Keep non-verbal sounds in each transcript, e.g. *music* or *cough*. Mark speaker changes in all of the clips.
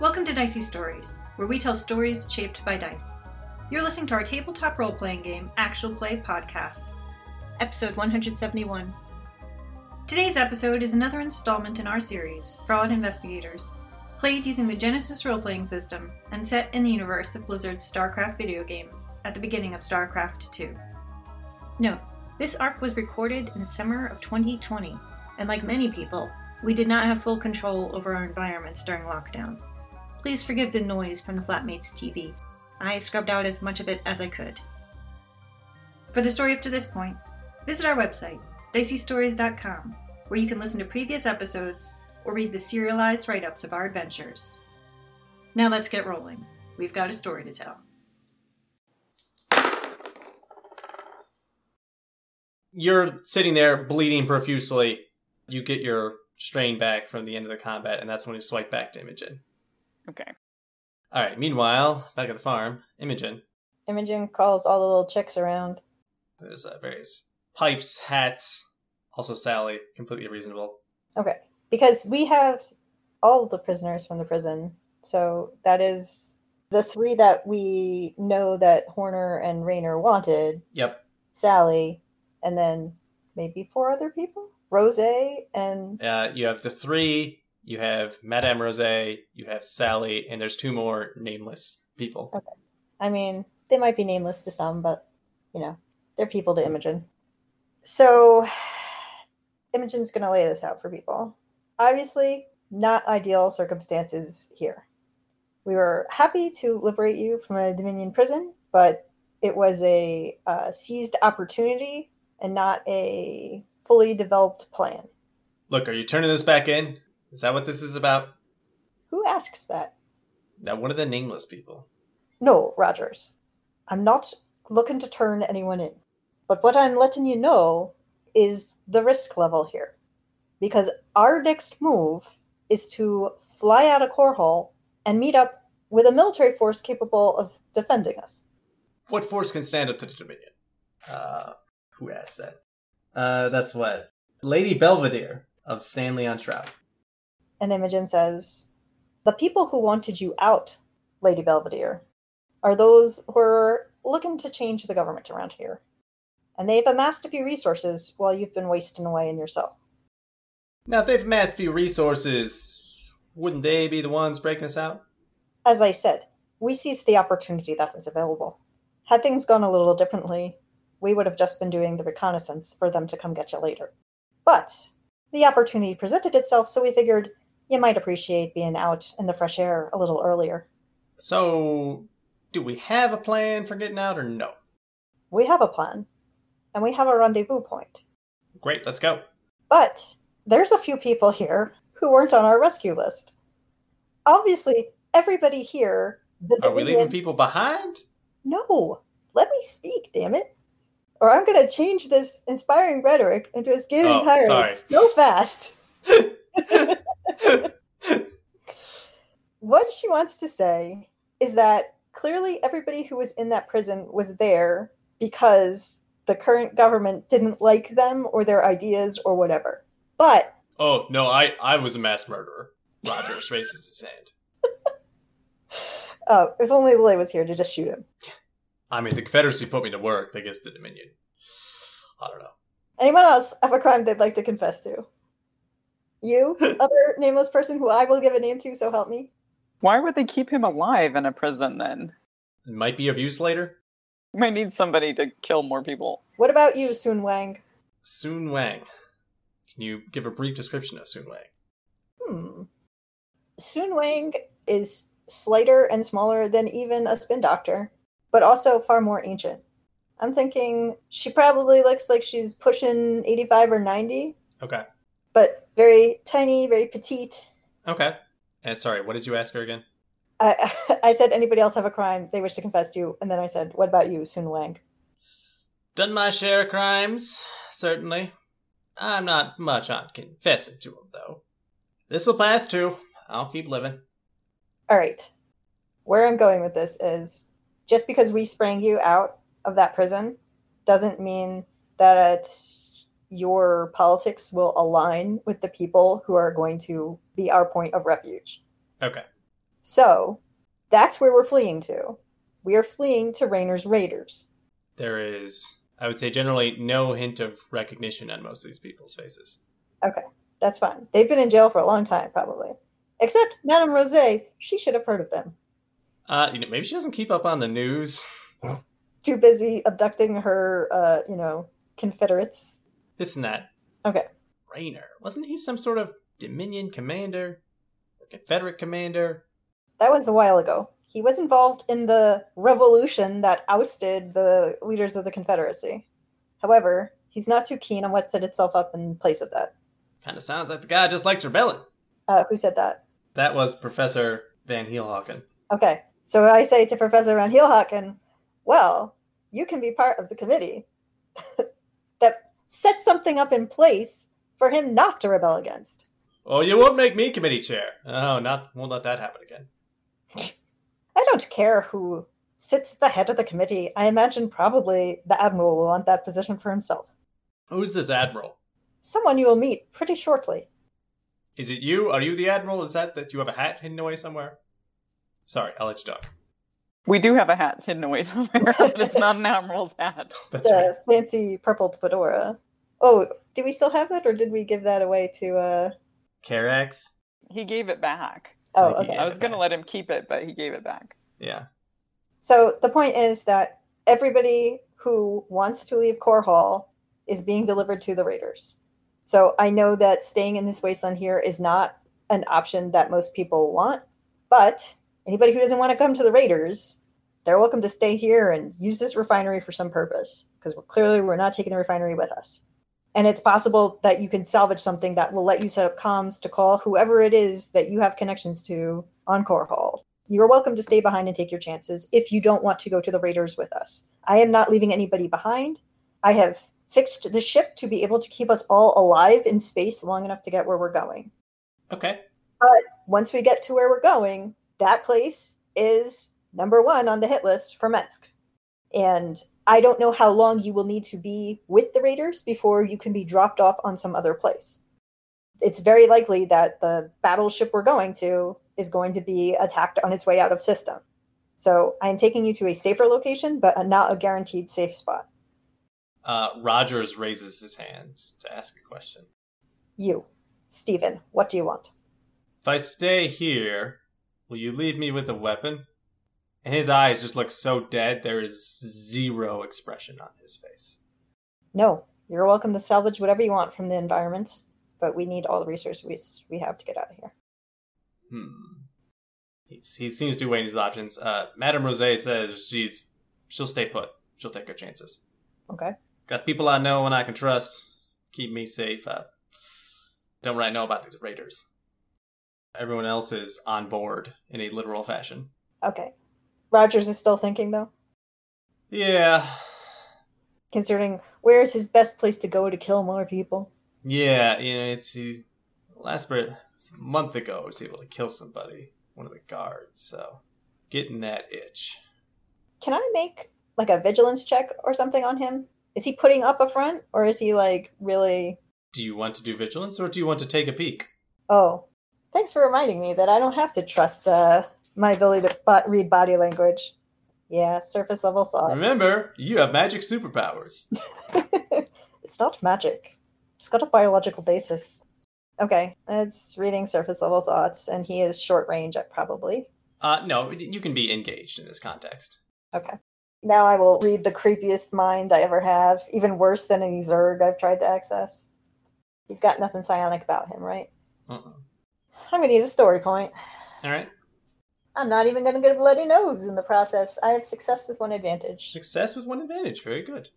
Speaker 1: Welcome to Dicey Stories, where we tell stories shaped by dice. You're listening to our tabletop role playing game, Actual Play Podcast, episode 171. Today's episode is another installment in our series, Fraud Investigators, played using the Genesis role playing system and set in the universe of Blizzard's StarCraft video games at the beginning of StarCraft II. Note, this ARC was recorded in summer of 2020, and like many people, we did not have full control over our environments during lockdown. Please forgive the noise from the Flatmates TV. I scrubbed out as much of it as I could. For the story up to this point, visit our website, diceystories.com, where you can listen to previous episodes or read the serialized write ups of our adventures. Now let's get rolling. We've got a story to tell.
Speaker 2: you're sitting there bleeding profusely. You get your strain back from the end of the combat, and that's when you swipe back to Imogen.
Speaker 3: Okay.
Speaker 2: All right. Meanwhile, back at the farm, Imogen,
Speaker 4: Imogen calls all the little chicks around.
Speaker 2: there's uh, various pipes, hats, also Sally, completely reasonable.
Speaker 4: Okay. Because we have all the prisoners from the prison. So that is the three that we know that Horner and Rayner wanted
Speaker 2: Yep.
Speaker 4: Sally, and then maybe four other people? Rose and.
Speaker 2: Uh, you have the three. You have Madame Rose. You have Sally, and there's two more nameless people.
Speaker 4: I mean, they might be nameless to some, but, you know, they're people to Imogen. So, Imogen's going to lay this out for people. Obviously, not ideal circumstances here. We were happy to liberate you from a Dominion prison, but it was a uh, seized opportunity and not a fully developed plan.
Speaker 2: Look, are you turning this back in? Is that what this is about?
Speaker 4: Who asks that?
Speaker 2: Now, one of the nameless people.
Speaker 4: No, Rogers. I'm not looking to turn anyone in. But what I'm letting you know is the risk level here. Because our next move is to fly out of Corhole and meet up with a military force capable of defending us.
Speaker 2: what force can stand up to the Dominion? Uh, who asked that? Uh, that's what Lady Belvedere of Stanley on Shroud.
Speaker 4: And Imogen says, The people who wanted you out, Lady Belvedere, are those who are looking to change the government around here. And they've amassed a few resources while you've been wasting away in your cell.
Speaker 2: Now, if they've amassed few resources, wouldn't they be the ones breaking us out?
Speaker 4: as I said, we seized the opportunity that was available. Had things gone a little differently, we would have just been doing the reconnaissance for them to come get you later. But the opportunity presented itself, so we figured you might appreciate being out in the fresh air a little earlier.
Speaker 2: So, do we have a plan for getting out or no?
Speaker 4: We have a plan, and we have a rendezvous point.
Speaker 2: Great, let's go.
Speaker 4: But there's a few people here who weren't on our rescue list. Obviously, everybody here. The
Speaker 2: Are we leaving
Speaker 4: Dominion-
Speaker 2: people behind?
Speaker 4: No, let me speak, damn it. Or I'm going to change this inspiring rhetoric into a scathing
Speaker 2: Oh,
Speaker 4: tirade
Speaker 2: sorry.
Speaker 4: so fast.
Speaker 2: *laughs*
Speaker 4: what she wants to say is that clearly everybody who was in that prison was there because the current government didn't like them or their ideas or whatever. But
Speaker 2: Oh, no, I, I was a mass murderer. Rogers *laughs* raises his hand.
Speaker 4: uh, if only Lily was here to just shoot him.
Speaker 2: I mean, the Confederacy put me to work against the Dominion. I don't know.
Speaker 4: Anyone else have a crime they'd like to confess to? You, other nameless person who I will give a name to, so help me.
Speaker 3: Why would they keep him alive in a prison then?
Speaker 2: It might be of use later.
Speaker 3: We might need somebody to kill more people.
Speaker 4: What about you, Soon Wang?
Speaker 2: Soon Wang. Can you give a brief description of Soon Wang?
Speaker 4: Hmm. Soon Wang is slighter and smaller than even a spin doctor, but also far more ancient. I'm thinking she probably looks like she's pushing 85 or 90,
Speaker 2: Okay.
Speaker 4: but very tiny, very petite.
Speaker 2: Okay. And sorry, what did you ask her again?
Speaker 4: I, I *laughs* said, anybody else have a crime they wish to confess to? And then I said, what about you, Soon Wang?
Speaker 2: Done my share of crimes, certainly. I'm not much on confessing to them, though. This'll pass too. I'll keep living.
Speaker 4: All right. Where I'm going with this is just because we sprang you out of that prison doesn't mean that your politics will align with the people who are going to be our point of refuge.
Speaker 2: Okay.
Speaker 4: So that's where we're fleeing to. We are fleeing to Rayner's Raiders.
Speaker 2: There is, I would say, generally no hint of recognition on most of these people's faces.
Speaker 4: That's fine. They've been in jail for a long time, probably. Except Madame Rose, she should have heard of them.
Speaker 2: Uh, you know, maybe she doesn't keep up on the news. *laughs*
Speaker 4: Too busy abducting her, uh, you know, Confederates.
Speaker 2: This and that.
Speaker 4: Okay.
Speaker 2: Rayner. Wasn't he some sort of Dominion commander? Or Confederate commander?
Speaker 4: That was a while ago. He was involved in the revolution that ousted the leaders of the Confederacy. However, he's not too keen on what set itself up in place of that.
Speaker 2: Kind of sounds like the guy just likes rebelling.
Speaker 4: Uh, who said that?
Speaker 2: That was Professor Van Heelhaken.
Speaker 4: Okay. So I say to Professor Van Heelhaken, well, you can be part of the committee *laughs* that sets something up in place for him not to rebel against.
Speaker 2: Oh, you won't make me committee chair. Oh, not won't let that happen again.
Speaker 4: I don't care who sits at the head of the committee. I imagine probably the Admiral will want that position for himself.
Speaker 2: Who's this admiral?
Speaker 4: Someone you will meet pretty shortly.
Speaker 2: Is it you? Are you the admiral? Is that that you have a hat hidden away somewhere? Sorry, I'll let you talk.
Speaker 3: We do have a hat hidden away *laughs* somewhere, but it's not an admiral's hat.
Speaker 2: That's
Speaker 4: It's
Speaker 2: right.
Speaker 4: a fancy purple fedora. Oh, do we still have that or did we give that away to uh
Speaker 2: Carax.
Speaker 3: He gave it back.
Speaker 4: Oh,
Speaker 2: Like,
Speaker 4: okay.
Speaker 2: yeah.
Speaker 3: I was gonna let him keep it, but he gave it back.
Speaker 2: Yeah.
Speaker 4: So the point is that everybody who wants to leave Core Hall is being delivered to the Raiders. So I know that staying in this wasteland here is not an option that most people want, but anybody who doesn't want to come to the Raiders, they're welcome to stay here and use this refinery for some purpose because clearly we're not taking the refinery with us. And it's possible that you can salvage something that will let you set up comms to call whoever it is that you have connections to on Core Hall you're welcome to stay behind and take your chances if you don't want to go to the raiders with us i am not leaving anybody behind i have fixed the ship to be able to keep us all alive in space long enough to get where we're going
Speaker 2: Okay.
Speaker 4: once we get to where we're going that place is number one on the hit list for mensk and i don't know how long you will need to be with the raiders before you can be dropped off on some other place it's very likely that the battleship we're going to is going to be attacked on its way out of system. So I'm taking you to a safer location, but not a guaranteed safe spot.
Speaker 2: Uh, Rogers raises his hand to ask a question.
Speaker 4: You, Stephen, what do you want?
Speaker 2: If I stay here, will you leave me with a weapon? And his eyes just look so dead. There is zero expression on his face.
Speaker 4: No, you're welcome to salvage whatever you want from the environment, but we need all the resources we, we have to get out of here.
Speaker 2: Hmm. He's, he seems to be weighing his options. Uh, Madame Rose says she's she'll stay put. She'll take her chances.
Speaker 4: Okay.
Speaker 2: Got people I know and I can trust. Keep me safe. I don't really know about these raiders. Everyone else is on board in a literal fashion.
Speaker 4: Okay. Rogers is still thinking, though,
Speaker 2: Yeah,
Speaker 4: considering where's his best place to go to kill more people.
Speaker 2: yeah. You know, it's he, last bit, a month ago, I was able to kill somebody, one of the guards. So, getting that itch.
Speaker 4: Can I make like a vigilance check or something on him? Is he putting up a front or is he like really
Speaker 2: Do you want to do vigilance or do you want to take a peek?
Speaker 4: Oh, thanks for reminding me that I don't have to trust uh, my ability to bo- read body language. Yeah, surface level thought.
Speaker 2: Remember, you have magic superpowers.
Speaker 4: it's not magic. It's got a biological basis. Okay, it's reading surface level thoughts, and he is short range at probably.
Speaker 2: Uh, no, you can be engaged in this context.
Speaker 4: Okay. Now I will read the creepiest mind I ever have, even worse than any Zerg I've tried to access. He's got nothing psionic about him, right?
Speaker 2: Uh-uh.
Speaker 4: I'm going to use a story point.
Speaker 2: All right.
Speaker 4: I'm not even going to get a bloody nose in the process. I have success with one advantage.
Speaker 2: Success with one advantage. Very good.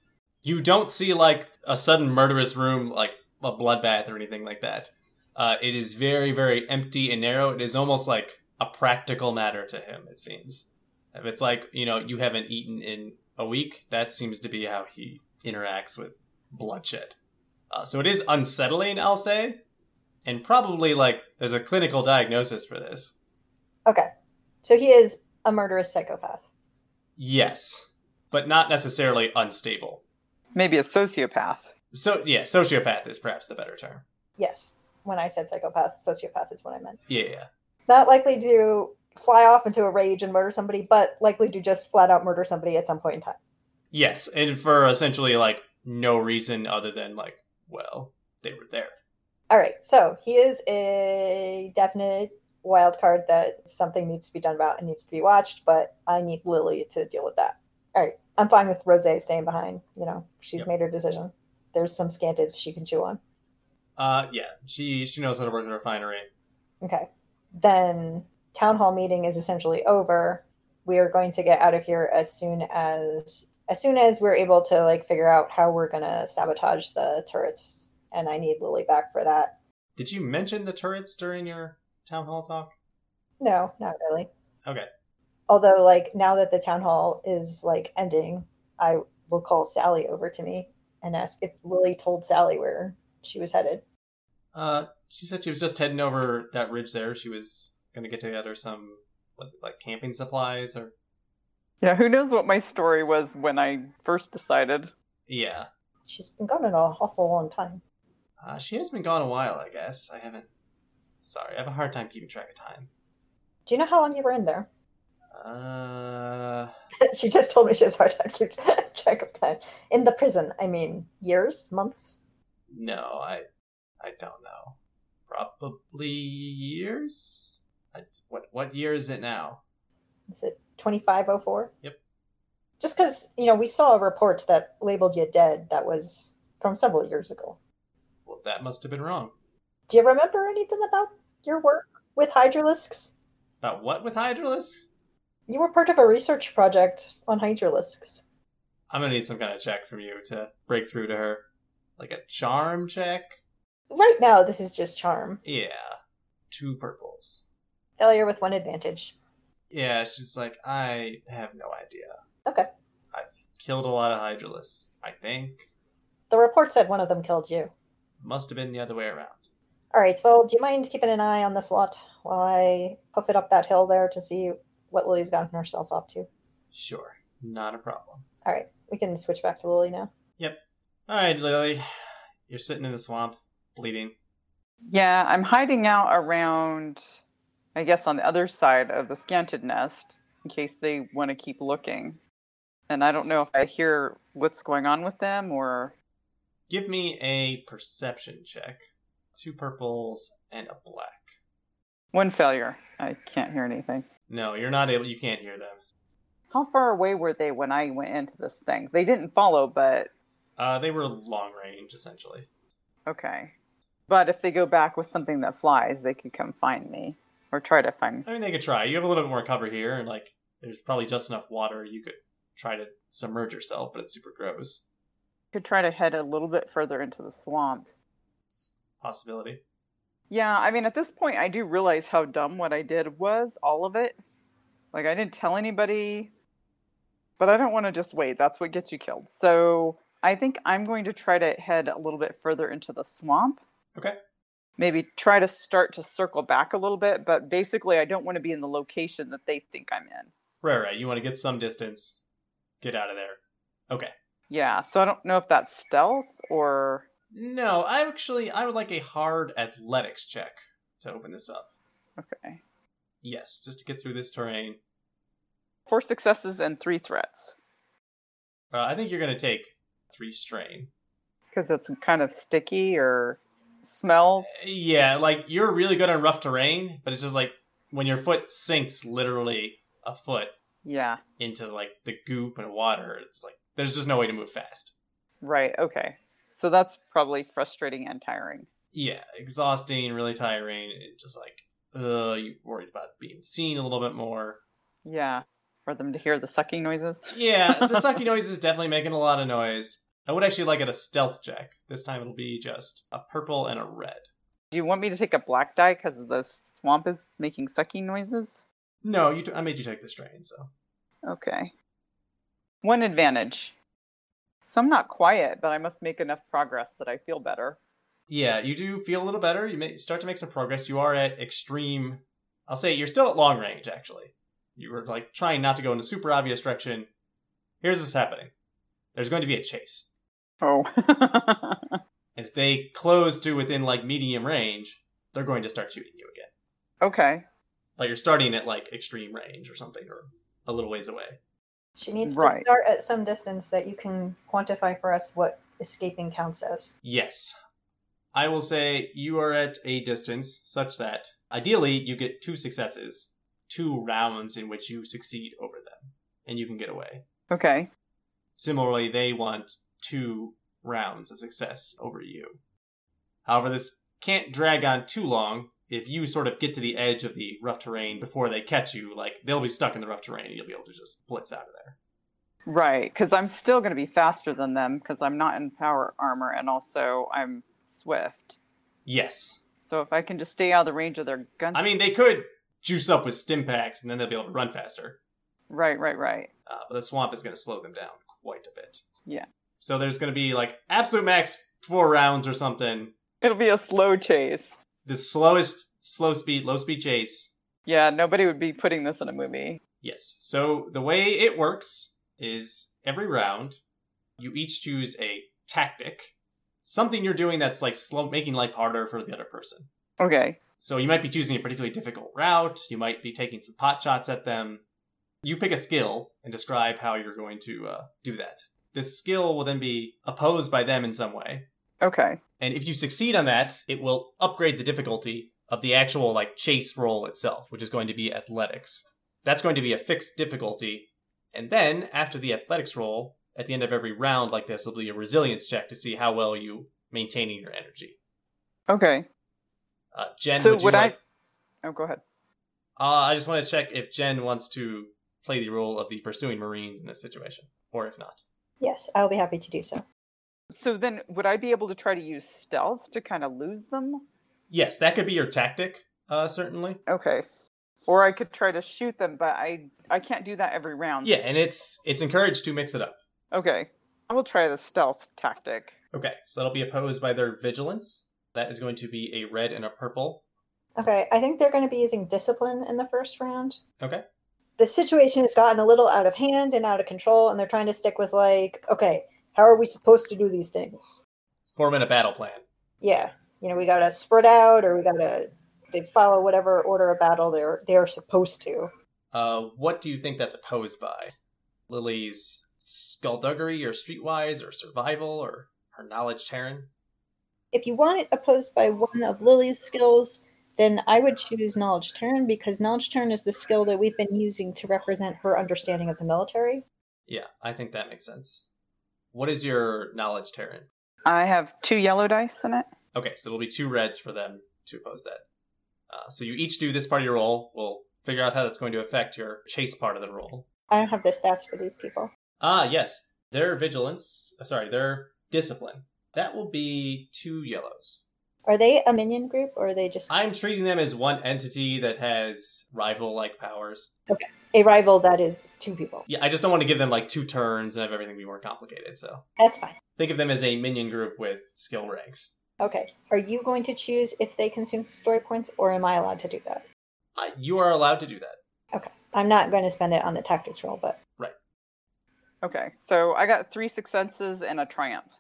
Speaker 2: You don't see like a sudden murderous room, like a bloodbath or anything like that. Uh, it is very, very empty and narrow. It is almost like a practical matter to him. It seems. If it's like you know you haven't eaten in a week, that seems to be how he interacts with bloodshed. Uh, so it is unsettling, I'll say, and probably like there's a clinical diagnosis for this.
Speaker 4: Okay. So he is a murderous psychopath.
Speaker 2: Yes, but not necessarily unstable.
Speaker 3: Maybe a sociopath.
Speaker 2: So yeah, sociopath is perhaps the better term.
Speaker 4: Yes. When I said psychopath, sociopath is what I meant.
Speaker 2: Yeah,
Speaker 4: Not likely to fly off into a rage and murder somebody, but likely to just flat out murder somebody at some point in time.
Speaker 2: Yes, and for essentially like no reason other than like, well, they were there.
Speaker 4: All right, so he is a definite wild card that something needs to be done about and needs to be watched, but I need Lily to deal with that. All right, I'm fine with Rose staying behind. You know, she's
Speaker 2: Yep.
Speaker 4: made her decision. There's some scanted she can chew on.
Speaker 2: Uh, yeah, she she knows how to work the refinery.
Speaker 4: Okay. Then town hall meeting is essentially over. We are going to get out of here as soon as as soon as we're able to like figure out how we're gonna sabotage the turrets. And I need Lily back for that.
Speaker 2: Did you mention the turrets during your town hall talk?
Speaker 4: No, not really.
Speaker 2: Okay.
Speaker 4: Although like now that the town hall is like ending, I will call Sally over to me and ask if Lily told Sally where she was headed.
Speaker 2: Uh, she said she was just heading over that ridge there. She was gonna get together some was it like camping supplies or
Speaker 3: Yeah, who knows what my story was when I first decided.
Speaker 2: yeah.
Speaker 4: She's been gone an awful long time.
Speaker 2: Uh, she has been gone a while, I guess. I haven't. Sorry, I have a hard time keeping track of time.
Speaker 4: Do you know how long you were in there?
Speaker 2: Uh,
Speaker 4: *laughs* she just told me she has a hard time keep *laughs* track of time in the prison. I mean, years, months.
Speaker 2: no, I, I don't know. Probably years. I, what what year is it now?
Speaker 4: Is it twenty five oh four?
Speaker 2: Yep.
Speaker 4: Just because you know we saw a report that labeled you dead that was from several years ago.
Speaker 2: Well, that must have been wrong.
Speaker 4: Do you remember anything about your work with hydralisks?
Speaker 2: About what with hydralisks?
Speaker 4: You were part of a research project on hydralisks.
Speaker 2: I'm gonna need some kind of check from you to break through to her, like a charm check.
Speaker 4: Right now, this is just charm
Speaker 2: Yeah, two purples.
Speaker 4: failure with one advantage.
Speaker 2: Yeah, she's like, I have no idea.
Speaker 4: Okay.
Speaker 2: I've killed a lot of hydralisks. I think
Speaker 4: The report said one of them killed you.
Speaker 2: must have been the other way around.
Speaker 4: All right. Well, do you mind keeping an eye on this lot while I puff it up that hill there to see what Lily's gotten herself up to?
Speaker 2: Sure, not a problem.
Speaker 4: All right. We can switch back to Lily now.
Speaker 2: All right, Lily, you're sitting in the swamp, bleeding.
Speaker 3: Yeah, I'm hiding out around, I guess, on the other side of the scanted nest in case they want to keep looking. And I don't know if I hear what's going on with them or.
Speaker 2: Give me a perception check. Two purples and a black.
Speaker 3: One failure. I can't hear anything.
Speaker 2: No, you're not able. You can't hear them.
Speaker 3: How far away were they when I went into this thing? They didn't follow, but
Speaker 2: Uh, they were long range, essentially.
Speaker 3: okay. But if they go back with something that flies, they could come find me or try to find
Speaker 2: I mean, they could try. You have a little bit more cover here, and like, there's probably just enough water you could try to submerge yourself, but it's super gross.
Speaker 3: Could try to head a little bit further into the swamp.
Speaker 2: Possibility.
Speaker 3: Yeah, I mean, at this point, I do realize how dumb what I did was, all of it. Like, I didn't tell anybody, but I don't want to just wait. That's what gets you killed. So I think I'm going to try to head a little bit further into the swamp.
Speaker 2: Okay.
Speaker 3: Maybe try to start to circle back a little bit, but basically, I don't want to be in the location that they think I'm in.
Speaker 2: Right, right. You want to get some distance, get out of there.
Speaker 3: Yeah, so I don't know if that's stealth or.
Speaker 2: No, I actually I would like a hard athletics check to open this up.
Speaker 3: Okay.
Speaker 2: Yes, just to get through this terrain.
Speaker 3: Four successes and three threats,
Speaker 2: Uh, I think you're going to take three strain.
Speaker 3: because it's kind of sticky or smells.
Speaker 2: Yeah, like you're really good on rough terrain, but it's just like when your foot sinks literally a foot
Speaker 3: Yeah.
Speaker 2: into like the goop and water, it's like there's just no way to move fast.
Speaker 3: Right. Okay. So that's probably frustrating and tiring.
Speaker 2: Yeah, exhausting, really tiring, and just like uh, you worried about being seen a little bit more.
Speaker 3: Yeah. For them to hear the sucking noises.
Speaker 2: Yeah, the sucky noise is definitely making a lot of noise. I would actually like it a stealth check. This time it'll be just a purple and a red.
Speaker 3: Do you want me to take a black die because the swamp is making sucking noises?
Speaker 2: No, you. T- I made you take the strain, so
Speaker 3: Okay. One advantage. So I'm not quiet, but I must make enough progress that I feel better.
Speaker 2: yeah, you do feel a little better. You may start to make some progress. You are at extreme. I'll say you're still at long range. Actually, you were like trying not to go in a super obvious direction. Here's what's happening. There's going to be a chase,
Speaker 3: Oh.
Speaker 2: and if they close to within like medium range, they're going to start shooting you again.
Speaker 3: *laughs* okay.
Speaker 2: Like you're starting at like extreme range or something, or a little ways away.
Speaker 4: She needs to
Speaker 3: Right.
Speaker 4: start at some distance that you can quantify for us what escaping counts as.
Speaker 2: Yes. I will say you are at a distance such that ideally you get two successes, two rounds in which you succeed over them, and you can get away.
Speaker 3: Okay.
Speaker 2: Similarly, they want two rounds of success over you. However, this can't drag on too long. If you sort of get to the edge of the rough terrain before they catch you, like they'll be stuck in the rough terrain and you'll be able to just blitz out of there.
Speaker 3: Right. Because I'm still going to be faster than them because I'm not in power armor and also I'm swift.
Speaker 2: Yes.
Speaker 3: So if I can just stay out of the range of their guns.
Speaker 2: I mean, they could juice up with stim packs and then they'll be able to run faster,
Speaker 3: right, right, right.
Speaker 2: uh, but the swamp is going to slow them down quite a bit.
Speaker 3: Yeah.
Speaker 2: So there's going to be like absolute max four rounds or something.
Speaker 3: It'll be a slow chase.
Speaker 2: The slowest, slow speed, low speed chase
Speaker 3: Yeah, nobody would be putting this in a movie.
Speaker 2: Yes. So the way it works is every round, you each choose a tactic, something you're doing that's like slow, making life harder for the other person.
Speaker 3: Okay.
Speaker 2: So you might be choosing a particularly difficult route. You might be taking some pot shots at them. You pick a skill and describe how you're going to uh, do that. This skill will then be opposed by them in some way,
Speaker 3: Okay.
Speaker 2: and if you succeed on that, it will upgrade the difficulty of the actual like chase roll itself, which is going to be athletics. That's going to be a fixed difficulty. And then after the athletics roll, at the end of every round like this will be a resilience check to see how well you maintaining your energy.
Speaker 3: Okay.
Speaker 2: Uh, Jen,
Speaker 3: so
Speaker 2: would you
Speaker 3: would I?
Speaker 2: like-
Speaker 3: Oh, go ahead.
Speaker 2: Uh, I just want to check if Jen wants to play the role of the pursuing Marines in this situation, or if not.
Speaker 4: Yes, I'll be happy to do so.
Speaker 3: So then, would I be able to try to use stealth to kind of lose them?
Speaker 2: Yes, that could be your tactic, uh, certainly.
Speaker 3: Okay. Or I could try to shoot them, but I I can't do that every round.
Speaker 2: Yeah, and it's it's encouraged to mix it up.
Speaker 3: Okay. I will try the stealth tactic.
Speaker 2: Okay, so that'll be opposed by their vigilance. That is going to be a red and a purple.
Speaker 4: Okay, I think they're going to be using discipline in the first round.
Speaker 2: Okay.
Speaker 4: The situation has gotten a little out of hand and out of control, and they're trying to stick with, like, okay, how are we supposed to do these things?
Speaker 2: Forming a battle plan.
Speaker 4: Yeah, you know, we got to spread out, or we got to. They follow whatever order of battle they're they are supposed to.
Speaker 2: Uh, what do you think that's opposed by? Lily's skullduggery or streetwise or survival or her knowledge Terran?
Speaker 4: If you want it opposed by one of Lily's skills, then I would choose knowledge turn because knowledge turn is the skill that we've been using to represent her understanding of the military.
Speaker 2: Yeah, I think that makes sense. What is your knowledge Terran?
Speaker 3: I have two yellow dice in it.
Speaker 2: Okay, so it'll be two reds for them to oppose that. Uh, so you each do this part of your roll. We'll figure out how that's going to affect your chase part of the roll.
Speaker 4: I don't have the stats for these people.
Speaker 2: Ah, yes. Their vigilance, uh, sorry, their discipline. That will be two yellows.
Speaker 4: Are they a minion group or are they just
Speaker 2: I'm treating them as one entity that has rival like powers.
Speaker 4: a rival that is two people?
Speaker 2: Yeah, I just don't want to give them like two turns and have everything be more complicated, so
Speaker 4: That's fine.
Speaker 2: think of them as a minion group with skill ranks.
Speaker 4: Okay. Are you going to choose if they consume story points or am I allowed to do that?
Speaker 2: Uh, you are allowed to do that.
Speaker 4: I'm not going to spend it on the tactics roll, but
Speaker 3: Okay. So I got three successes and a triumph.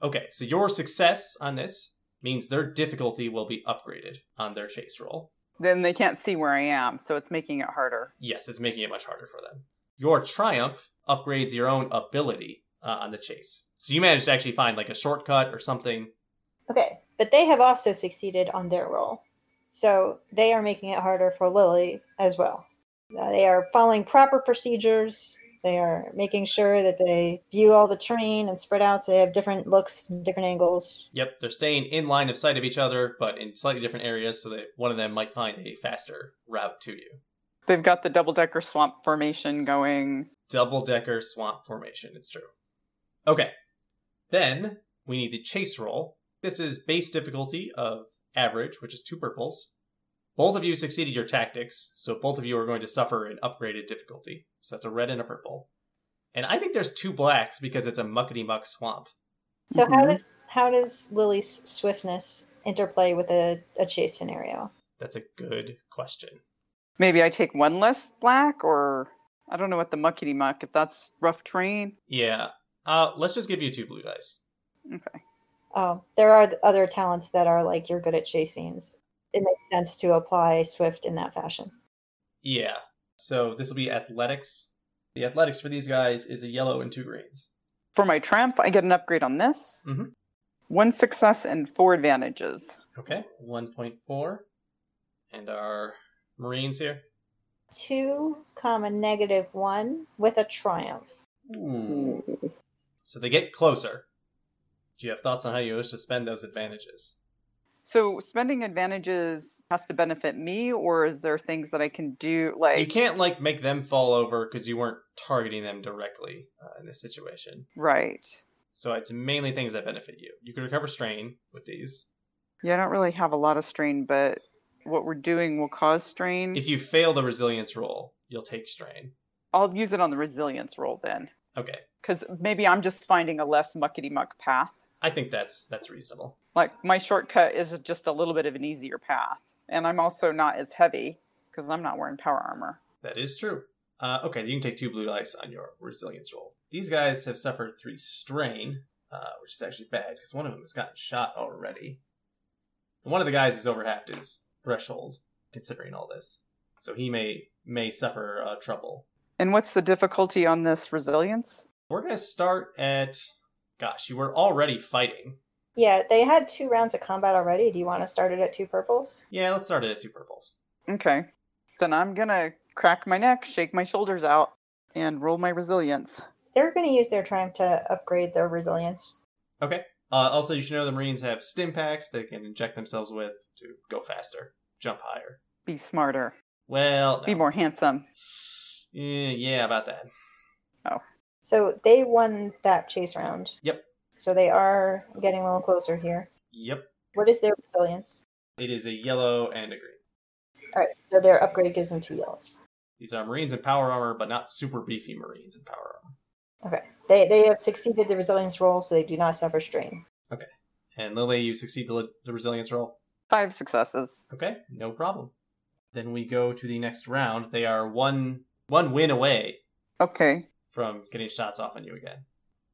Speaker 2: Okay, so your success on this means their difficulty will be upgraded on their chase roll.
Speaker 3: Then they can't see where I am, so it's making it harder.
Speaker 2: Yes, it's making it much harder for them. Your triumph upgrades your own ability uh, on the chase. So you managed to actually find like a shortcut or something.
Speaker 4: okay. But they have also succeeded on their roll. So they are making it harder for Lily as well. Uh, They are following proper procedures. They are making sure that they view all the terrain and spread out so they have different looks and different angles.
Speaker 2: Yep, they're staying in line of sight of each other, but in slightly different areas, so that one of them might find a faster route to you.
Speaker 3: They've got the double decker swamp formation going.
Speaker 2: Double decker swamp formation, it's true. Okay, then we need the chase roll. This is base difficulty of average, which is two purples. Both of you succeeded your tactics, so both of you are going to suffer an upgraded difficulty. So that's a red and a purple. And I think there's two blacks because it's a muckety muck swamp.
Speaker 4: So how
Speaker 3: Mhm.
Speaker 4: does how does Lily's swiftness interplay with a, a chase scenario?
Speaker 2: That's a good question.
Speaker 3: Maybe I take one less black, or I don't know what the muckety muck. If that's rough terrain.
Speaker 2: Yeah. Uh, let's just give you two blue dice.
Speaker 3: Okay.
Speaker 4: Oh, there are th- other talents that are like you're good at chase scenes. It makes sense to apply Swift in that fashion.
Speaker 2: Yeah. So this will be athletics. The athletics for these guys is a yellow and two greens.
Speaker 3: For my triumph, I get an upgrade on this.
Speaker 2: Mhm.
Speaker 3: One success and four advantages.
Speaker 2: Okay. 1.4. And our Marines here.
Speaker 4: Two comma negative one with a triumph.
Speaker 3: Hmm.
Speaker 2: Ooh. So they get closer. Do you have thoughts on how you wish to spend those advantages?
Speaker 3: So spending advantages has to benefit me, or is there things that I can do
Speaker 2: You
Speaker 3: like
Speaker 2: can't like make them fall over because you weren't targeting them directly uh, in this situation.
Speaker 3: right?
Speaker 2: So it's mainly things that benefit you. You can recover strain with these.
Speaker 3: Yeah, I don't really have a lot of strain, but what we're doing will cause strain.
Speaker 2: If you fail the resilience roll, you'll take strain.
Speaker 3: I'll use it on the resilience roll then,
Speaker 2: Okay,
Speaker 3: because maybe I'm just finding a less muckety muck path.
Speaker 2: I think that's that's reasonable.
Speaker 3: Like my shortcut is just a little bit of an easier path, and I'm also not as heavy because I'm not wearing power armor.
Speaker 2: That is true. Uh, okay, you can take two blue dice on your resilience roll. These guys have suffered three strain, uh, which is actually bad because one of them has gotten shot already. And one of the guys is over half his threshold, considering all this, so he may may suffer uh, trouble.
Speaker 3: And what's the difficulty on this resilience?
Speaker 2: We're gonna start at, gosh, you were already fighting.
Speaker 4: Yeah, they had two rounds of combat already. Do you want to start it at two purples?
Speaker 2: Yeah, let's start it at two purples.
Speaker 3: Okay. Then I'm gonna crack my neck, shake my shoulders out, and roll my resilience.
Speaker 4: They're going to use their triumph to upgrade their resilience.
Speaker 2: Okay. Uh, also, you should know the Marines have stim packs they can inject themselves with to go faster, jump higher.
Speaker 3: Be smarter.
Speaker 2: Well, no.
Speaker 3: Be more handsome.
Speaker 2: Eh, yeah, about that.
Speaker 4: So they won that chase round.
Speaker 2: Yep.
Speaker 4: So they are getting a little closer here.
Speaker 2: Yep.
Speaker 4: What is their resilience?
Speaker 2: It is a yellow and a green.
Speaker 4: All right, so their upgrade gives them two yellows.
Speaker 2: These are Marines in power armor, but not super beefy Marines in power armor.
Speaker 4: They, they have succeeded the resilience roll, so they do not suffer strain.
Speaker 2: And Lily, you succeed the, the resilience roll.
Speaker 3: Five successes.
Speaker 2: Okay, no problem. Then we go to the next round. They are one one win away
Speaker 3: Okay.
Speaker 2: from getting shots off on you again.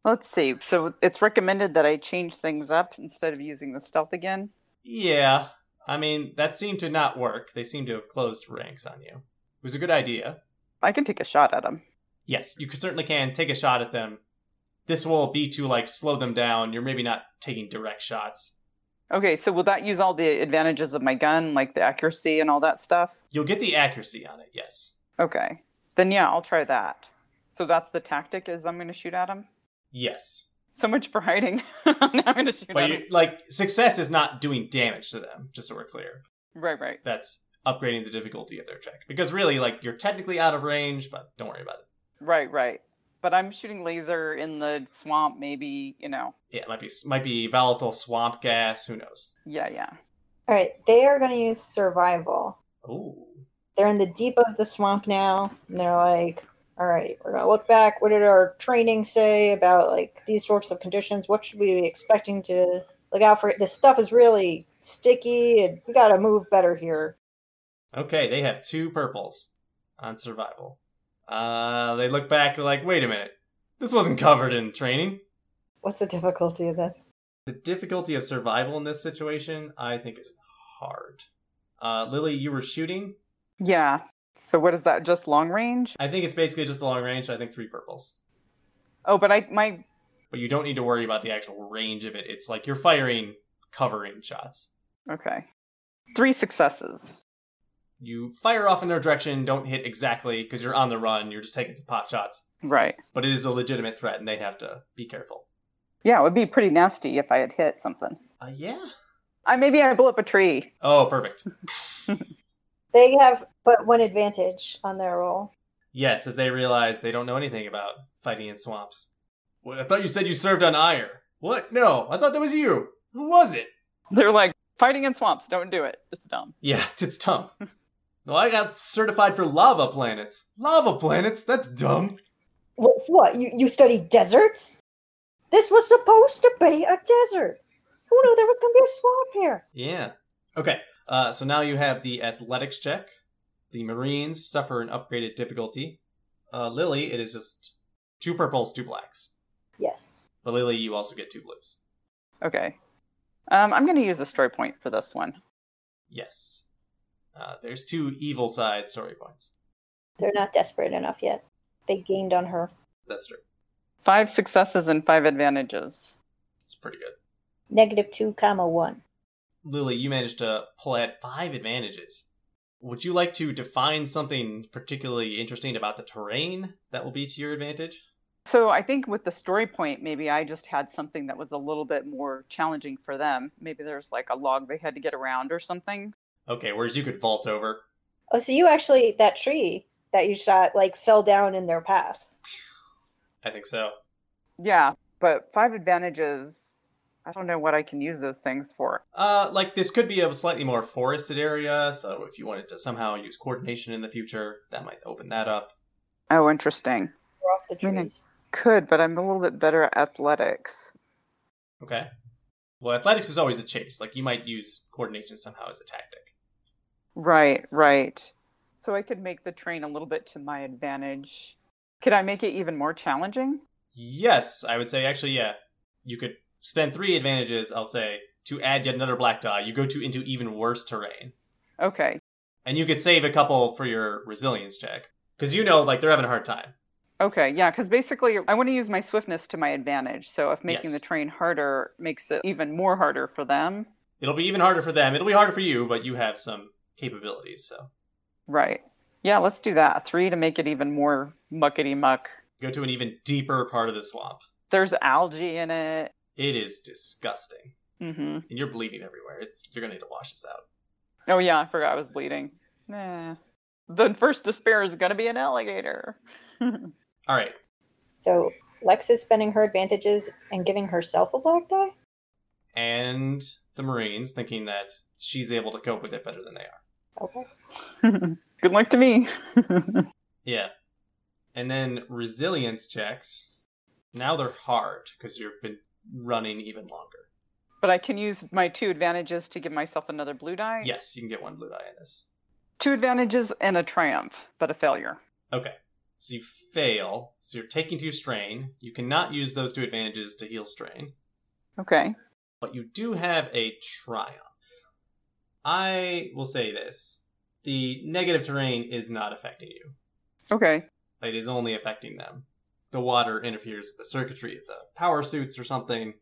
Speaker 3: Let's see. So it's recommended that I change things up instead of using the stealth again.
Speaker 2: Yeah, I mean that seemed to not work. They seem to have closed ranks on you. It was a good idea.
Speaker 3: I can take a shot at him.
Speaker 2: Yes, you c- certainly can take a shot at them. This will be to like slow them down. You're maybe not taking direct shots.
Speaker 3: Okay, so will that use all the advantages of my gun, like the accuracy and all that stuff?
Speaker 2: You'll get the accuracy on it, yes.
Speaker 3: Okay. Then yeah, I'll try that. So that's the tactic is I'm gonna shoot at him.
Speaker 2: Yes.
Speaker 3: So much for hiding. *laughs* Now I'm gonna shoot
Speaker 2: But
Speaker 3: at
Speaker 2: you,
Speaker 3: him.
Speaker 2: like success is not doing damage to them, just so we're clear.
Speaker 3: Right, right.
Speaker 2: That's upgrading the difficulty of their check. Because really, like you're technically out of range, but don't worry about it.
Speaker 3: Right, right. But I'm shooting laser in the swamp, maybe, you know.
Speaker 2: Yeah, it might be might be volatile swamp gas, who knows.
Speaker 3: Yeah, yeah.
Speaker 4: All right, they are going to use survival.
Speaker 2: Ooh.
Speaker 4: They're in the deep of the swamp now, and they're like, all right, we're going to look back. What did our training say about like these sorts of conditions? What should we be expecting to look out for? This stuff is really sticky, and we got to move better here.
Speaker 2: Okay, they have two purples on survival. Uh they look back they're like, wait a minute. This wasn't covered in training.
Speaker 4: What's the difficulty of this?
Speaker 2: The difficulty of survival in this situation, I think, is hard. Uh, Lily, you were shooting.
Speaker 3: Yeah. So what is that? Just long range?
Speaker 2: I think it's basically just the long range. I think three purples.
Speaker 3: Oh, but I my
Speaker 2: But you don't need to worry about the actual range of it. It's like you're firing covering shots.
Speaker 3: okay. Three successes.
Speaker 2: You fire off in their direction, don't hit exactly because you're on the run. You're just taking some pot shots.
Speaker 3: Right.
Speaker 2: But it is a legitimate threat and they have to be careful.
Speaker 3: Yeah, it would be pretty nasty if I had hit something.
Speaker 2: Uh, yeah.
Speaker 3: I maybe I blow up a tree. *laughs*
Speaker 2: Oh, perfect.
Speaker 4: They have but one advantage on their roll.
Speaker 2: Yes, as they realize they don't know anything about fighting in swamps. What, I thought you said you served on Ire. What? No, I thought that was you. Who was it?
Speaker 3: They're like fighting in swamps. Don't do it. It's dumb.
Speaker 2: Yeah, *laughs* it's dumb. No, I got certified for lava planets. Lava planets? That's dumb.
Speaker 4: What? what you, you study deserts? This was supposed to be a desert. Who knew there was going to be a swamp here?
Speaker 2: Yeah. Okay. Uh, so now you have the athletics check. The Marines suffer an upgraded difficulty. Uh, Lily, it is just two purples, two blacks.
Speaker 4: Yes.
Speaker 2: But Lily, you also get two blues.
Speaker 3: Okay. Um, I'm gonna use a story point for this one.
Speaker 2: Yes. Uh, there's two evil side story points.
Speaker 4: They're not desperate enough yet. They gained on her.
Speaker 2: That's true.
Speaker 3: Five successes and five advantages.
Speaker 2: It's pretty good.
Speaker 4: Negative two, comma one.
Speaker 2: Lily, you managed to pull out five advantages. Would you like to define something particularly interesting about the terrain that will be to your advantage?
Speaker 3: So I think with the story point, maybe I just had something that was a little bit more challenging for them. Maybe there's like a log they had to get around or something.
Speaker 2: Okay, whereas you could vault over.
Speaker 4: Oh, so you actually that tree that you shot like fell down in their path.
Speaker 2: I think so.
Speaker 3: Yeah, but five advantages. I don't know what I can use those things for.
Speaker 2: Uh, like this could be a slightly more forested area, so if you wanted to somehow use coordination in the future, that might open that up.
Speaker 3: Oh, interesting.
Speaker 4: We're off the
Speaker 3: I mean,
Speaker 4: trees.
Speaker 3: Could, but I'm a little bit better at athletics.
Speaker 2: Okay. Well, athletics is always a chase. Like you might use coordination somehow as a tactic.
Speaker 3: Right, right. So I could make the train a little bit to my advantage. Could I make it even more challenging?
Speaker 2: Yes, I would say actually, yeah. You could spend three advantages. I'll say to add yet another black die. You go to into even worse terrain,
Speaker 3: Okay.
Speaker 2: and you could save a couple for your resilience check because you know like they're having a hard time.
Speaker 3: Okay, yeah, because basically I want to use my swiftness to my advantage. So if making
Speaker 2: Yes.
Speaker 3: the train harder makes it even more harder for them.
Speaker 2: It'll be even harder for them. It'll be harder for you, but you have some capabilities. So
Speaker 3: Right. Yeah, let's do that. Three to make it even more muckety muck.
Speaker 2: go to an even deeper part of the swamp.
Speaker 3: There's algae in it.
Speaker 2: It is disgusting,
Speaker 3: Mm-hmm.
Speaker 2: and you're bleeding everywhere. It's you're gonna need to wash this out.
Speaker 3: Oh yeah, I forgot I was bleeding. Nah. The first despair is gonna be an alligator. *laughs*
Speaker 2: All right.
Speaker 4: So Lex is spending her advantages and giving herself a black die.
Speaker 2: and the Marines, thinking that she's able to cope with it better than they are.
Speaker 4: Okay.
Speaker 3: Good luck to me.
Speaker 2: Yeah. And then resilience checks. Now they're hard because you've been running even longer.
Speaker 3: But I can use my two advantages to give myself another blue die.
Speaker 2: Yes, you can get one blue die in this.
Speaker 3: Two advantages and a triumph, but a failure.
Speaker 2: Okay. So you fail. So you're taking two strain. You cannot use those two advantages to heal strain,
Speaker 3: Okay.
Speaker 2: but you do have a triumph. I will say this the negative terrain is not affecting you.
Speaker 3: Okay.
Speaker 2: It is only affecting them. The water interferes with the circuitry of the power suits or something.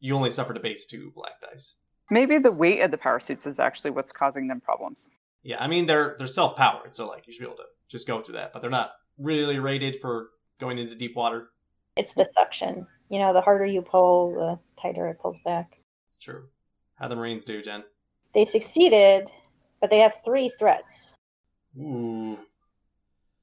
Speaker 2: You only suffered a base two black dice.
Speaker 3: Maybe the weight of the power suits is actually what's causing them problems.
Speaker 2: Yeah, I mean they're they're self powered, so like you should be able to just go through that. But they're not really rated for going into deep water.
Speaker 4: It's the suction. You know, the harder you pull, the tighter it pulls back.
Speaker 2: It's true. How the Marines do, Jen?
Speaker 4: They succeeded, but they have three threats.
Speaker 2: Ooh.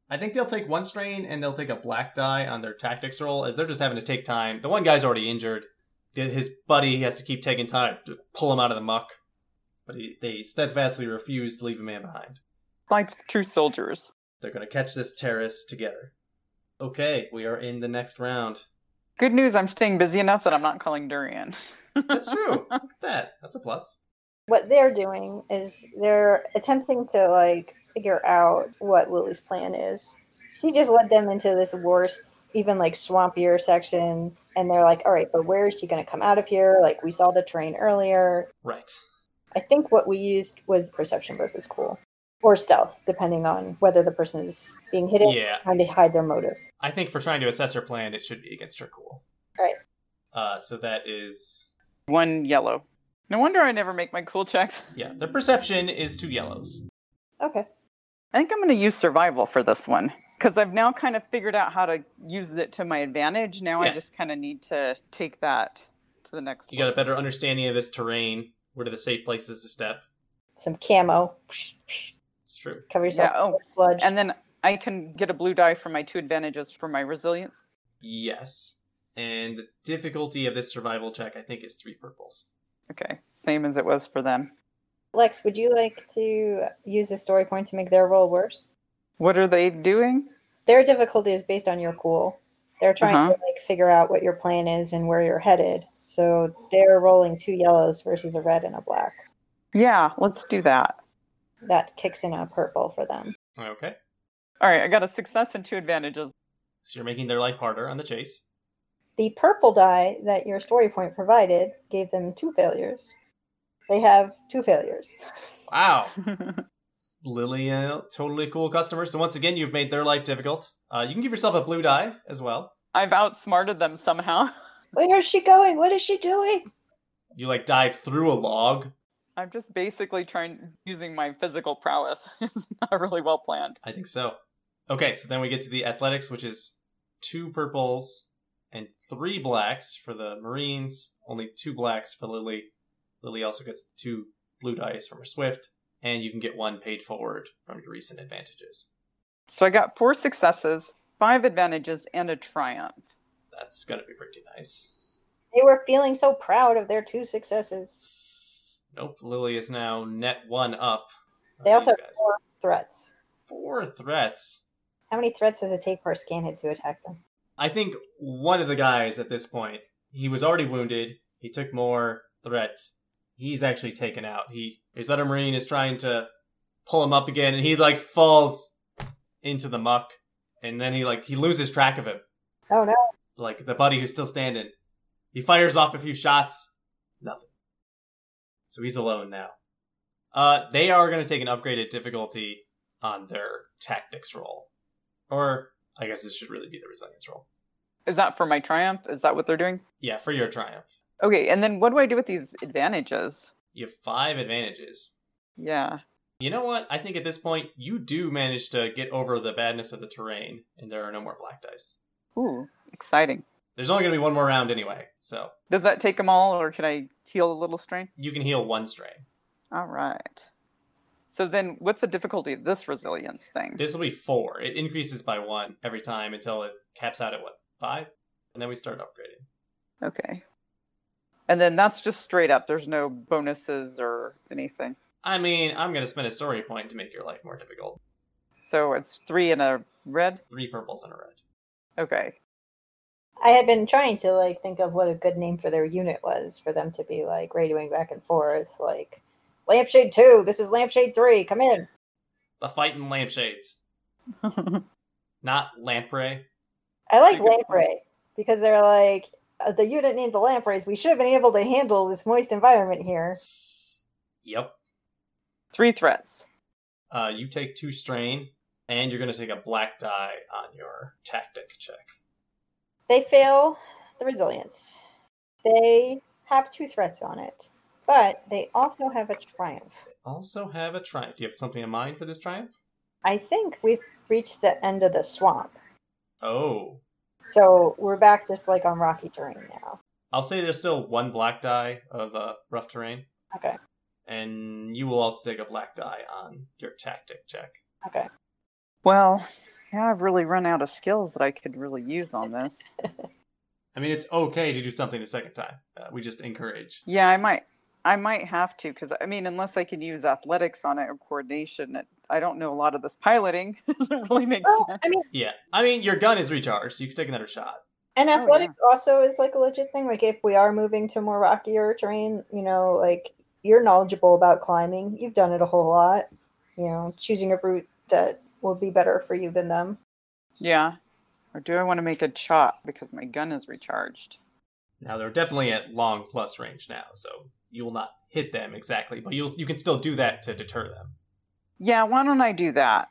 Speaker 2: I think they'll take one strain and they'll take a black die on their tactics roll, as they're just having to take time. The one guy's already injured. The- His buddy has to keep taking time to pull him out of the muck. But he, they steadfastly refuse to leave a man behind.
Speaker 3: Like true soldiers.
Speaker 2: They're going to catch this terrorist together. Okay, we are in the next round.
Speaker 3: Good news, I'm staying busy enough that I'm not calling Durian.
Speaker 2: That's true. Look at that. That's a plus.
Speaker 4: What they're doing is they're attempting to like figure out what Lily's plan is. She just led them into this worse, even like swampier section, and they're like, "All right, but where is she going to come out of here? Like we saw the train earlier.
Speaker 2: Right.
Speaker 4: I think what we used was perception versus cool or stealth, depending on whether the person is being hidden,
Speaker 2: Yeah,
Speaker 4: trying to hide their motives.
Speaker 2: I think for trying to assess her plan, it should be against her cool.
Speaker 4: Right.
Speaker 2: Uh, so that is
Speaker 3: One yellow. No wonder I never make my cool checks.
Speaker 2: yeah. The perception is two yellows.
Speaker 4: Okay.
Speaker 3: I think I'm going to use survival for this one because I've now kind of figured out how to use it to my advantage. Now
Speaker 2: Yeah.
Speaker 3: I just kind of need to take that to the next
Speaker 2: You got a better understanding of this terrain. What are the safe places to step?
Speaker 4: Some camo. Psh, psh,
Speaker 2: It's true.
Speaker 4: cover yourself
Speaker 3: Yeah, oh,
Speaker 4: with sludge.
Speaker 3: And then I can get a blue die for my two advantages for my resilience.
Speaker 2: Yes. And the difficulty of this survival check, I think, is three purples.
Speaker 3: Okay, same as it was for them.
Speaker 4: Lex, would you like to use a story point to make their roll worse?
Speaker 3: What are they doing?
Speaker 4: Their difficulty is based on your cool. They're trying
Speaker 3: Uh-huh.
Speaker 4: to like figure out what your plan is and where you're headed. So they're rolling two yellows versus a red and a black.
Speaker 3: Yeah, let's do that.
Speaker 4: That kicks in a purple for them.
Speaker 2: Okay.
Speaker 3: All right, I got a success and two advantages.
Speaker 2: So you're making their life harder on the chase.
Speaker 4: The purple die that your story point provided gave them two failures. *laughs* They have two failures.
Speaker 2: Wow. Lily, a totally cool customer. So once again, you've made their life difficult. Uh, you can give yourself a blue die as well.
Speaker 3: *laughs* I've outsmarted them somehow. *laughs*
Speaker 4: Where is she going? What is she doing?
Speaker 2: You like dive through a log.
Speaker 3: I'm just basically trying using my physical prowess. *laughs* it's not really well planned.
Speaker 2: I think so. Okay, so then we get to the athletics, which is two purples and three blacks for the Marines. Only two blacks for Lily. Lily also gets two blue dice from her Swift, and you can get one paid forward from your recent advantages.
Speaker 3: So I got four successes, five advantages, and a triumph.
Speaker 2: That's gonna be pretty nice.
Speaker 4: They were feeling so proud of their two successes.
Speaker 2: Nope, Lily is now net one up. on
Speaker 4: They also
Speaker 2: these
Speaker 4: have four threats.
Speaker 2: four threats.
Speaker 4: How many threats does it take for a scan hit to attack them?
Speaker 2: I think one of the guys at this point, he was already wounded. He took more threats. He's actually taken out. He his other marine is trying to pull him up again, and he like falls into the muck, and then he like he loses track of him.
Speaker 4: Oh no.
Speaker 2: Like the buddy who's still standing, he fires off a few shots. Nothing. So he's alone now. Uh, they are going to take an upgraded difficulty on their tactics roll, or I guess this should really be the resilience roll.
Speaker 3: Is that for my triumph? Is that what they're doing?
Speaker 2: Yeah, for your triumph.
Speaker 3: Okay, and then what do I do with these advantages?
Speaker 2: You have five advantages.
Speaker 3: Yeah.
Speaker 2: You know what? I think at this point, you do manage to get over the badness of the terrain, and there are no more black dice.
Speaker 3: Ooh, exciting.
Speaker 2: There's only going to be one more round anyway, so
Speaker 3: Does that take them all, or can I heal a little strain?
Speaker 2: you can heal one strain.
Speaker 3: All right. So then, what's the difficulty of this resilience thing?
Speaker 2: This will be four. It increases by one every time until it caps out at what, five? And then we start upgrading.
Speaker 3: Okay. And then that's just straight up. There's no bonuses or anything.
Speaker 2: I mean, I'm going to spend a story point to make your life more difficult.
Speaker 3: So it's three and a red.
Speaker 2: Three purples and a red.
Speaker 3: *laughs* Okay.
Speaker 4: I had been trying to like think of what a good name for their unit was for them to be like radioing back and forth, like Lampshade Two, this is Lampshade Three, come in.
Speaker 2: The fighting lampshades. Not lamprey.
Speaker 4: I like
Speaker 3: That's a good point.
Speaker 4: Lamprey because they're like uh, the unit named the Lampreys. We should have been able to handle this moist environment here.
Speaker 2: Yep.
Speaker 3: Three threats.
Speaker 2: Uh, you take two strain, and you're going to take a black die on your tactic check.
Speaker 4: They fail the resilience. They have two threats on it, but they also have a triumph.
Speaker 2: Also have a triumph. Do you have something in mind for this triumph?
Speaker 4: I think we've reached the end of the swamp,
Speaker 2: Oh,
Speaker 4: so we're back just like on rocky terrain now.
Speaker 2: I'll say there's still one black die of uh, rough terrain.
Speaker 4: Okay.
Speaker 2: And you will also take a black die on your tactic check.
Speaker 4: Okay.
Speaker 3: Well, yeah, I've really run out of skills that I could really use on this.
Speaker 2: I mean, it's okay to do something a second time. Uh, we just encourage.
Speaker 3: yeah, I might. I might have to because I mean, unless I can use athletics on it or coordination, it, I don't know a lot of this piloting. *laughs* doesn't really make
Speaker 4: Well,
Speaker 3: sense. *laughs*
Speaker 4: I mean,
Speaker 2: Yeah. I mean, your gun is recharged, so you can take another shot.
Speaker 4: and
Speaker 3: yeah.
Speaker 4: athletics also is like a legit thing. Like if we are moving to more rockier terrain, you know, like you're knowledgeable about climbing. You've done it a whole lot. You know, choosing a route that will be better for you than them.
Speaker 3: Yeah. Or do I want to make a shot because my gun is recharged?
Speaker 2: Now, they're definitely at long plus range now, so you will not hit them exactly, but you'll, you can still do that to deter them.
Speaker 3: Yeah, why don't I do that?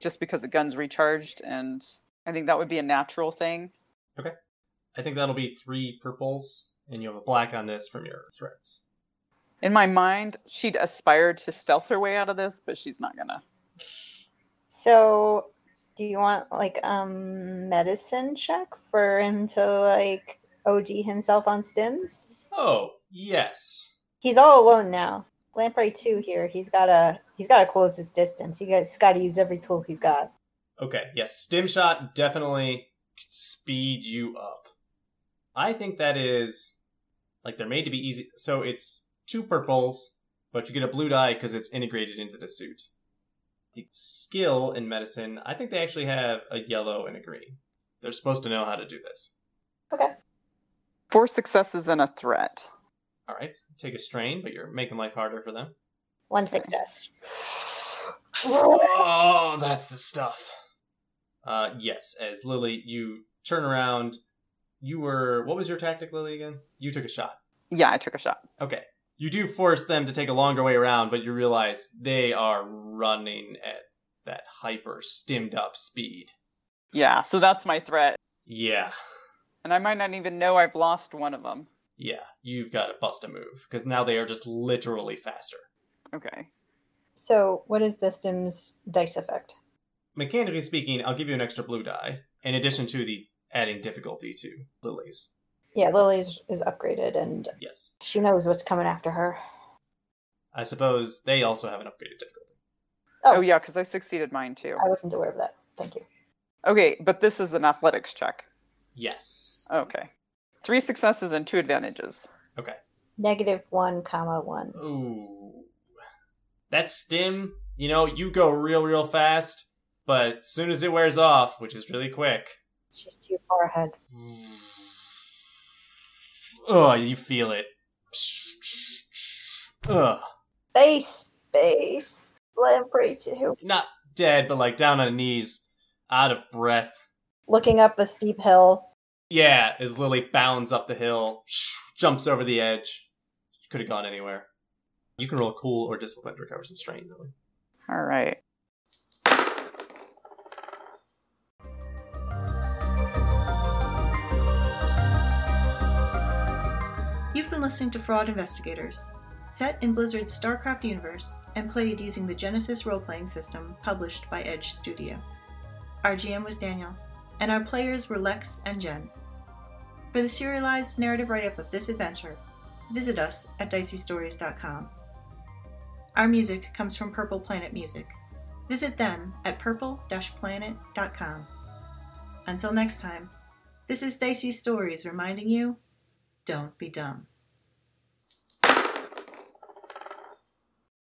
Speaker 3: Just because the gun's recharged, and I think that would be a natural thing.
Speaker 2: I think that'll be three purples, and you have a black on this from your threats.
Speaker 3: In my mind, she'd aspire to stealth her way out of this, but she's not gonna.
Speaker 4: So, do you want like um medicine check for him to like OD himself on stims?
Speaker 2: Oh, yes.
Speaker 4: He's all alone now. Lamprey two here. He's gotta he's gotta close his distance. He has gotta use every tool he's got.
Speaker 2: Okay, yes. Stim shot definitely could speed you up. I think that is like they're made to be easy. So it's two purples, but you get a blue die because it's integrated into the suit. The skill in medicine, I think they actually have a yellow and a green. They're supposed to know how to do this.
Speaker 3: Four successes and a threat.
Speaker 2: All right, take a strain, but you're making life harder for them.
Speaker 4: One success.
Speaker 2: Oh, that's the stuff. Uh, yes, as Lily, you turn around. You were. What was your tactic, Lily, again? You took a shot.
Speaker 3: Yeah, I took a shot.
Speaker 2: Okay. you do force them to take a longer way around, but you realize they are running at that hyper stimmed up speed.
Speaker 3: Yeah, so that's my threat.
Speaker 2: Yeah,
Speaker 3: And I might not even know I've lost one of them.
Speaker 2: yeah, you've got to bust a move because now they are just literally faster.
Speaker 3: Okay.
Speaker 4: So, what is this dim's dice effect?
Speaker 2: Mechanically speaking, I'll give you an extra blue die in addition to the adding difficulty to Lily's.
Speaker 4: Yeah, Lily's is upgraded and
Speaker 2: Yes,
Speaker 4: she knows what's coming after her.
Speaker 2: I suppose they also have an upgraded difficulty.
Speaker 4: Oh.
Speaker 3: Oh, yeah, because I succeeded mine too.
Speaker 4: I wasn't aware of that. Thank you.
Speaker 3: Okay, but this is an athletics check.
Speaker 2: Yes,
Speaker 3: Okay. Three successes and two advantages.
Speaker 4: Negative one, comma one.
Speaker 2: Ooh. That stim, you know, you go real, real fast, but as soon as it wears off, which is really quick,
Speaker 4: She's too far ahead.
Speaker 2: oh, you feel it. Ugh.
Speaker 4: Base, base. Let him pray to you.
Speaker 2: Not dead, but like down on knees, out of breath.
Speaker 4: Looking up the steep hill.
Speaker 2: Yeah, as Lily bounds up the hill, jumps over the edge. Could have gone anywhere. You can roll cool or discipline to recover some strain, Lily.
Speaker 3: All right.
Speaker 1: You've been listening to Fraud Investigators, set in Blizzard's StarCraft universe and played using the Genesis role playing system published by Edge Studio. Our GM was Daniel, and our players were Lex and Jen. For the serialized narrative write up of this adventure, visit us at diceystories.com. Our music comes from Purple Planet Music. Visit them at purple planet.com. Until next time, this is Dicey Stories reminding you don't be dumb.